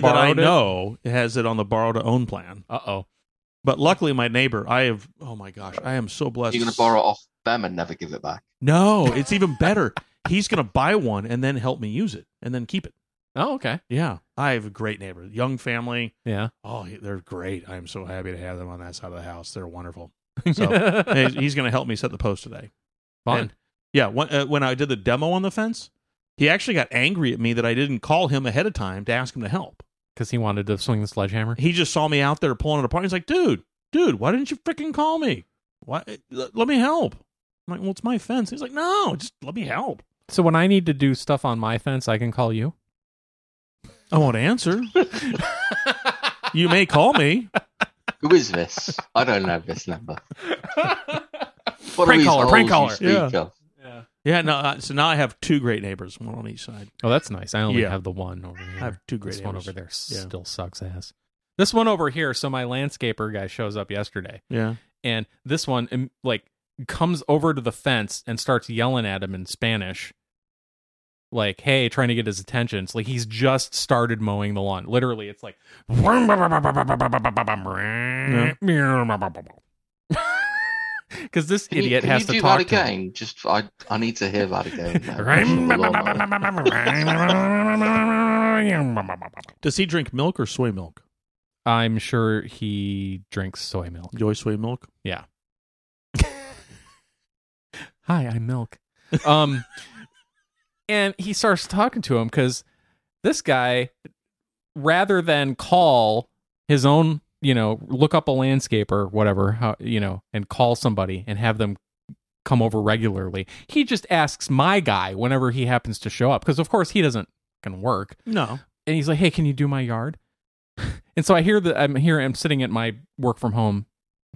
Somebody that I borrowed it? know has it on the borrow to own plan. Uh oh. But luckily, my neighbor, I have, oh my gosh, I am so blessed. You're gonna borrow it off them and never give it back. No, it's even better. He's going to buy one and then help me use it and then keep it. Oh okay. Yeah. I have a great neighbor, young family. Yeah. Oh, he- they're great. I'm so happy to have them on that side of the house. They're wonderful. So hey, he's going to help me set the post today. Fun. And, yeah, when, uh, when I did the demo on the fence, he actually got angry at me that I didn't call him ahead of time to ask him to help. Because he wanted to swing the sledgehammer. He just saw me out there pulling it apart. He's like, "Dude, dude, why didn't you freaking call me? Why eh, l- let me help?" I'm like, "Well, it's my fence." He's like, "No, just let me help." So when I need to do stuff on my fence, I can call you. I won't answer. you may call me. Who is this? I don't know this number. What are Prank these caller, prank holes you caller. speak of? Yeah, no. uh, So now I have two great neighbors, one on each side. Oh, that's nice. I only Yeah. have the one over here. I have two great This one neighbors. over there Yeah. still sucks ass. This one over here. So my landscaper guy shows up yesterday, Yeah. and this one um, like comes over to the fence and starts yelling at him in Spanish, like "Hey," trying to get his attention. It's like he's just started mowing the lawn. Literally, it's like. Because this Can you- idiot can has you to do talk that to him. again. Just I, I need to hear that again. Does he drink milk or soy milk? I'm sure he drinks soy milk. Joy soy milk. Hi, I'm milk. Um, and he starts talking to him because this guy, rather than call his own, you know, look up a landscaper, whatever, how, you know, and call somebody and have them come over regularly, he just asks my guy whenever he happens to show up because, of course, he doesn't can work No. and he's like, "Hey, can you do my yard?" and so I hear that I'm here. I'm sitting at my work from home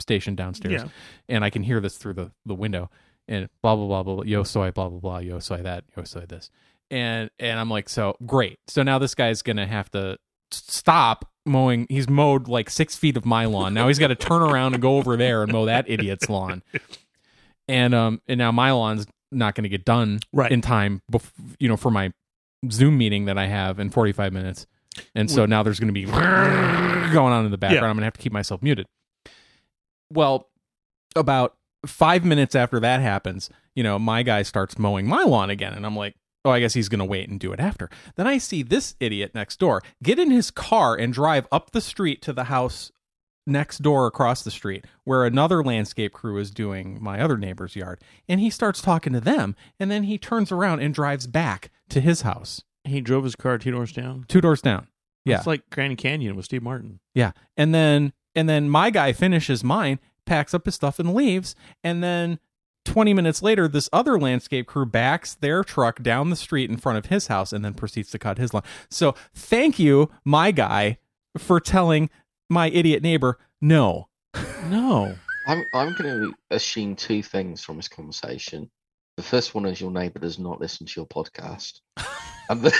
station downstairs, Yeah. and I can hear this through the the window. And blah blah blah blah blah. Yo soy blah blah blah. Yo soy that. Yo soy this. And and I'm like, so great. So now this guy's gonna have to s- stop mowing. He's mowed like six feet of my lawn. Now he's got to turn around and go over there and mow that idiot's lawn. And um and now my lawn's not gonna get done Right. in time, bef- you know, for my Zoom meeting that I have in 45 minutes. And so now there's going to be going on in the background. Yeah. I'm going to have to keep myself muted. Well, about five minutes after that happens, you know, my guy starts mowing my lawn again. And I'm like, oh, I guess he's going to wait and do it after. Then I see this idiot next door get in his car and drive up the street to the house next door across the street where another landscape crew is doing my other neighbor's yard and he starts talking to them and then he turns around and drives back to his house He drove his car two doors down. two doors down Yeah. It's like Grand Canyon with Steve Martin. yeah and then and then my guy finishes mine packs up his stuff and leaves and then 20 minutes later this other landscape crew backs their truck down the street in front of his house and then proceeds to cut his lawn so thank you my guy for telling my idiot neighbor no No. I'm I'm going to assume two things from this conversation. The first one is your neighbour does not listen to your podcast, and the,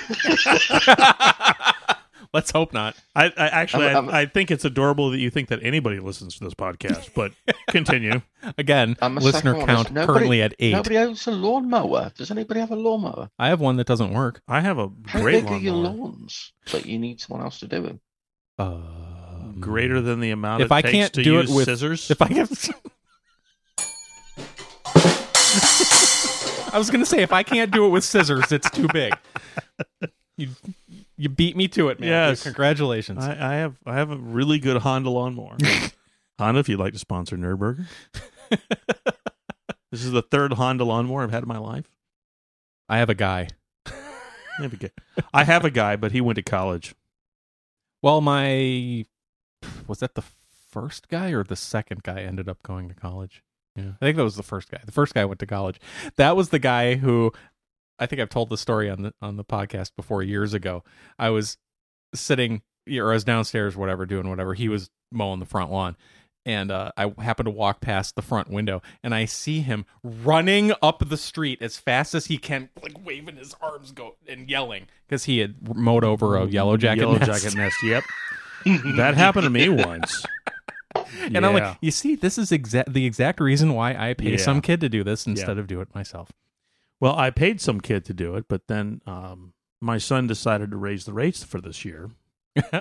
let's hope not I, I actually, I'm- I'm- I, I think it's adorable that you think that anybody listens to this podcast. But continue. Again, and the listener second one is count nobody- currently at eight. Nobody owns a lawnmower. Does anybody have a lawnmower? I have one that doesn't work. I have a How great big are your lawnmower, lawns that you need someone else to do them? Um, greater than the amount If it I Uh, takes can't to do it use with- scissors. If I have. I was going to say, if I can't do it with scissors, it's too big. You you beat me to it, man. Yes. Congratulations. I, I have I have a really good Honda lawnmower. Honda, if you'd like to sponsor Nerdburger. this is the third Honda lawnmower I've had in my life. I have a guy. That'd be good. I have a guy, but he went to college. Well, my. Was that the first guy or the second guy ended up going to college? Yeah. I think that was the first guy. The first guy went to college. That was the guy who I think I've told the story on the on the podcast before years ago. I was sitting or I was downstairs, whatever, doing whatever. He was mowing the front lawn. And uh, I happened to walk past the front window and I see him running up the street as fast as he can, like waving his arms go and yelling because he had mowed over a yellow jacket. Oh, Yellow nest. jacket nest. Yep. that happened to me once. And I'm like, you see, this is exact the exact reason why I pay Yeah. some kid to do this instead of do it myself. Well, I paid some kid to do it, but then um, my son decided to raise the rates for this year.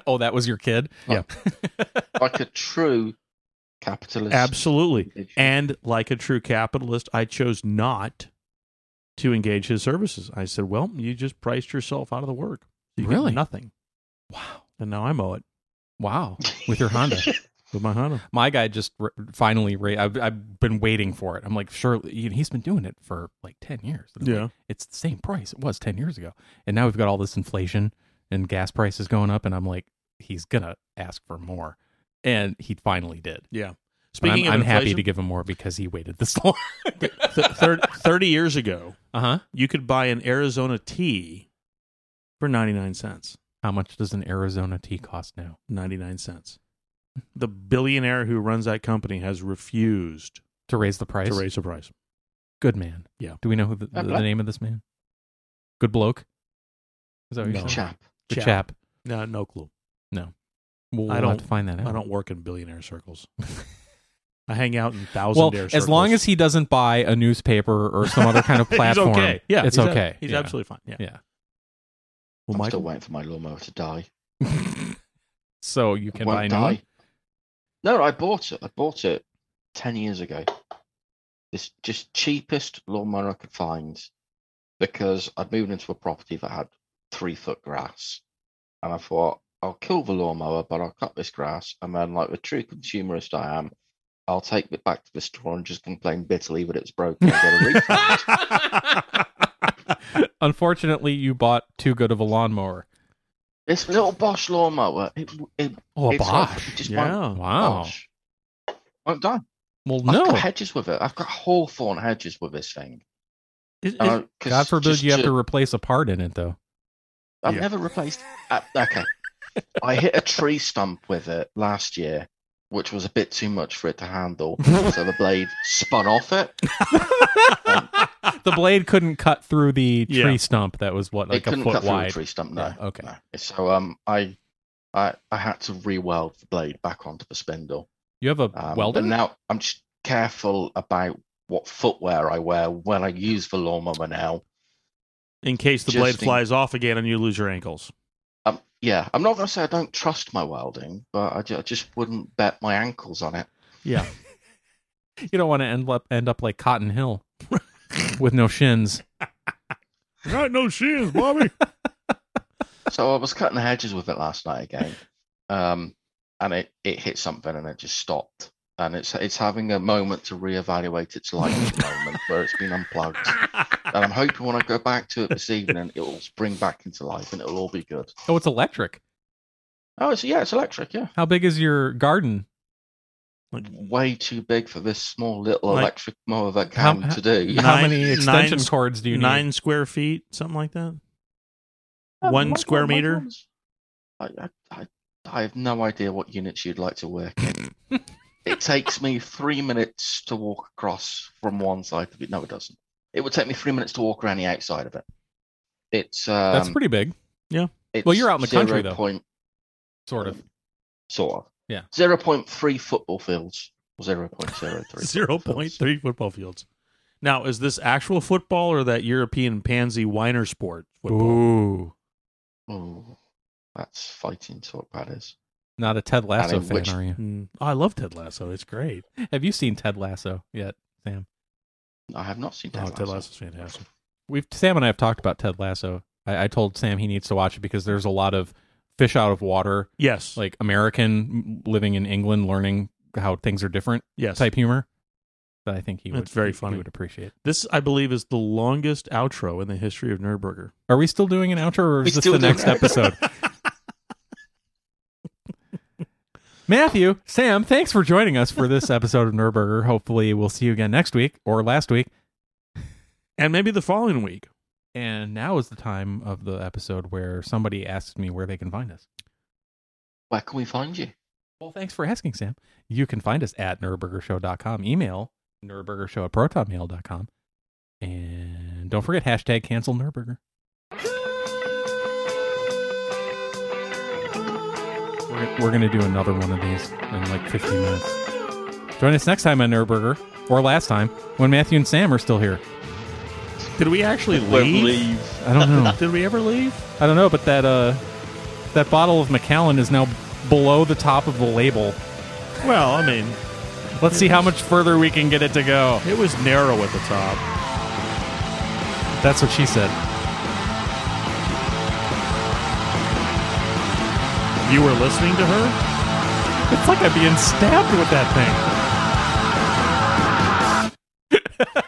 oh, that was your kid? Yeah. Like a true capitalist. Absolutely. Did you- And like a true capitalist, I chose not to engage his services. I said, "Well, you just priced yourself out of the work. You get Really? nothing." Wow. And now I mow it Wow. With your Honda. with my Honda. my guy just r finally ra- I've, I've been waiting for it i'm like sure you know, he's been doing it for like 10 years And I'm like, Yeah. it's the same price it was 10 years ago and now we've got all this inflation and gas prices going up and i'm like he's gonna ask for more and he finally did Yeah. And Speaking I'm, of I'm happy to inflation, give him more because he waited this long th- thir- thirty years ago, uh-huh you could buy an Arizona tea for ninety nine cents. how much does an arizona tea cost now 99 cents. The billionaire who runs that company has refused to raise the price to raise the price. good man Yeah. do we know who the, the, Good the bloke. name of this man good bloke is that what No. you're saying chap. Good Chap. chap No, no clue. we'll, I we'll don't- have to find that out I don't work in billionaire circles. I hang out in thousand well, dare circles. as long as he doesn't buy a newspaper or some other kind of platform, he's okay. Yeah, it's he's a- okay. he's Yeah. absolutely fine. Yeah. Yeah. Well, I'm Michael, still waiting for my lawnmower to die. so you can Won't buy a new die. one. No, I bought it. I bought it ten years ago. This just cheapest lawnmower I could find because I'd moved into a property that had three foot grass, and I thought I'll kill the lawnmower, but I'll cut this grass. And then, like the true consumerist I am, I'll take it back to the store and just complain bitterly that it's broken and get a refund. Unfortunately, you bought too good of a lawnmower. this little Bosch lawnmower, it, it, Oh, a it's Bosch. Like, it just won't, yeah. Wow. Bosch. won't die. Oh. Well, I've no. got hedges with it. I've got hawthorn hedges with this thing. Is- is- Uh, 'cause God forbid just you have to- to replace a part in it, though. I've Yeah. never replaced. Uh, okay, I hit a tree stump with it last year, which was a bit too much for it to handle. so the blade spun off it. The blade couldn't cut through the tree Yeah. stump that was what, it like a couldn't foot cut through wide. a tree stump. No, Yeah, okay. no. So um, I, I, I had to re-weld the blade back onto the spindle. You have a Um, welder? And now I'm just careful about what footwear I wear when I use the lawnmower now. in case the Just blade in- flies off again and you lose your ankles. Um, yeah, I'm not going to say I don't trust my welding, but I ju- I just wouldn't bet my ankles on it. You don't want to end up end up like Cotton Hill with no shins. Got no shins, Bobby. so I was cutting the hedges with it last night again, um, and it, it hit something and it just stopped. And it's it's having a moment to reevaluate its life at the moment where it's been unplugged. And I'm hoping when I go back to it this evening, it will spring back into life and it'll all be good. Oh, it's electric. Oh, it's yeah, it's electric. Yeah, How big is your garden? way too big for this small little Like- electric mower that How- came to do. Yeah. How Nine- many extension nine s- cords do you Nine need? square feet, something like that. Oh, One my square God, my meter? God. I, I, I, I have no idea what units you'd like to work in. it takes me three minutes to walk across from one side of it. No, it doesn't. It would take me three minutes to walk around the outside of it. It's um, That's pretty big, It's well, you're out in the country, zero though. Point, sort of. sort of. Yeah. Zero point three football fields. Zero point zero three. Zero point three football fields. Now, is this actual football or that European pansy whiner sport football? Ooh, Oh, that's fighting talk. That is. not a Ted Lasso in fan, which- are you? Mm. Oh, I love Ted Lasso. It's great. Have you seen Ted Lasso yet, Sam? I have not seen. Ted oh, Ted Lasso. Lasso's fantastic. We've Sam and I have talked about Ted Lasso. I, I told Sam he needs to watch it because there's a lot of fish out of water, Yes, like American living in England, learning how things are different yes. type humor. That I think he would It's very he funny. would appreciate. This, I believe, is the longest outro in the history of Nerdburger. Are we still doing an outro, or We is this still the do next an outro. episode? Matthew, Sam, thanks for joining us for this episode of Nurburger. Hopefully, we'll see you again next week or last week. And maybe the following week. And now is the time of the episode where somebody asks me where they can find us. Where can we find you? Well, thanks for asking, Sam. You can find us at nerdburgershow.com, email nerdburgershow at protonmail.com. And don't forget hashtag cancel Nurburger. We're, we're going to do another one of these in like 15 minutes. Join us next time on Nurburger, or last time, when Matthew and Sam are still here. Did we actually leave? I don't know. Did we ever leave? I don't know, but that uh, that bottle of Macallan is now below the top of the label. Well, I mean, Let's see how much further we can get it to go. it was narrow at the top. That's what she said. You were listening to her? It's like I'm being stabbed with that thing.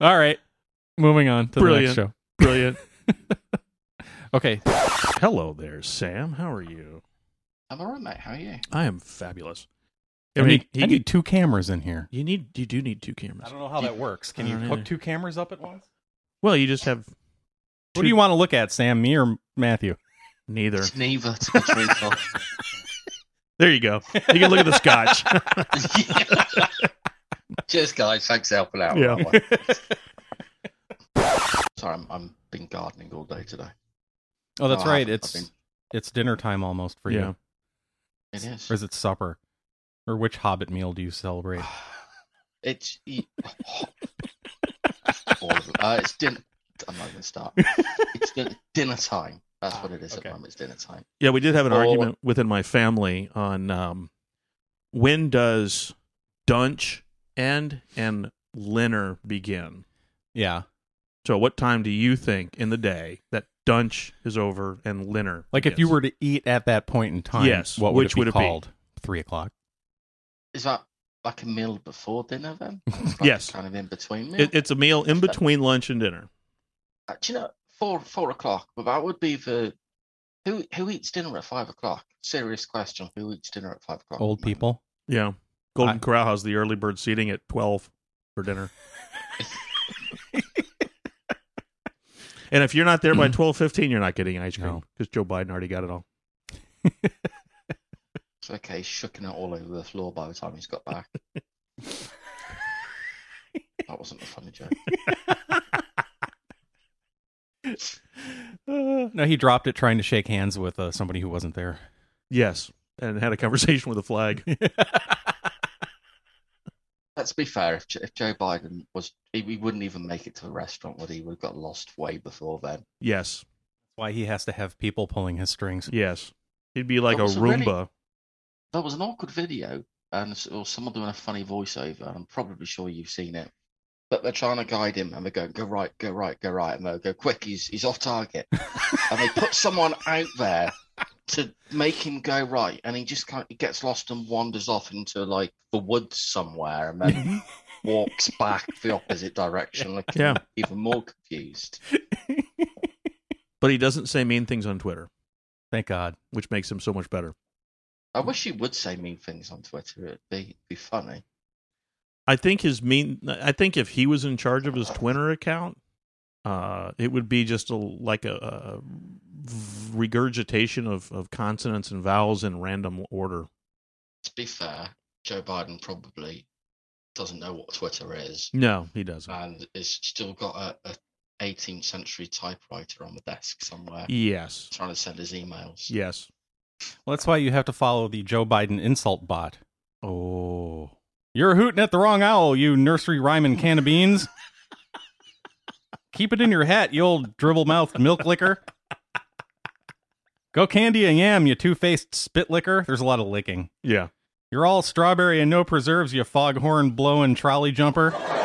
All right. Moving on to Brilliant. the next Brilliant. show. Okay. Hello there, Sam. How are you? I'm all right, mate. How are you? I am fabulous. I, need, he- I need two cameras in here. you need you do need two cameras. know how that works. Can you hook two cameras up at once? Well, you just have What do you want to look at, Sam? Me or Matthew? neither. It's neither to be truthful. There you go. You can look at the scotch. Cheers, guys. Thanks for helping out. Yeah. on that one. Sorry, I'm, I'm been gardening all day today. Oh, that's No, I right. haven't. It's I've been- it's dinner time almost for Yeah. you. it is. Or is it supper? Or which Hobbit meal do you celebrate? It's e- All of it. Uh, it's dinner. I'm not going to start. It's din- dinner time. Ah, That's what it is at Okay. the moment. It's dinner time. Yeah, we did have an Oh. argument within my family on um, when does Dunch end and Linner begin? Yeah. So, what time do you think in the day that Dunch is over and Linner? Like if begins? you were to eat at that point in time, Yes, what would which it be would it be? called? Three o'clock. Is that like a meal before dinner then? Like Yes. Kind of in between meal? It, it's a meal in between lunch and dinner. Uh, Do you know, four four o'clock, but that would be the who who eats dinner at five o'clock? Serious question. Who eats dinner at five o'clock? Oh, Old people. Yeah. Golden I- Corral has the early bird seating at 12 for dinner. and if you're not there by 12:15, you're not getting ice cream No. because Joe Biden already got it all. It's okay, he's shucking it all over the floor by the time he's got back. that wasn't a funny joke. no, he dropped it trying to shake hands with uh, somebody who wasn't there. Yes. And had a conversation with a flag. Let's be fair. If, Jo- if Joe Biden was, he, he wouldn't even make it to the restaurant, would he? Would have got lost way before then. Yes. Why he has to have people pulling his strings. Yes. He'd be like That a was already- Roomba. There was an awkward video, and s- or someone doing a funny voiceover, and I'm probably sure you've seen it. But they're trying to guide him, and they go, "Go right, go right, go right," and they go, "Quick, he's he's off target." and they put someone out there to make him go right, and he just kind of he gets lost and wanders off into like the woods somewhere, and then walks back the opposite direction, looking Yeah. even more confused. But he doesn't say mean things on Twitter, Thank God. which makes him so much better. I wish he would say mean things on Twitter. It'd be be funny. I think his mean. I think if he was in charge of his Twitter account, uh, it would be just a like a, a regurgitation of, of consonants and vowels in random order. to be fair, Joe Biden probably doesn't know what Twitter is No, he doesn't. and has still got a, a 18th century typewriter on the desk somewhere yes, trying to send his emails. yes. Well, that's why you have to follow the Joe Biden insult bot. Oh, You're hooting at the wrong owl, you nursery rhyming can of beans. Keep it in your hat, you old dribble mouthed milk licker. Go candy and yam, you two faced spit licker. There's a lot of licking. yeah. You're all strawberry and no preserves, you foghorn blowing trolley jumper.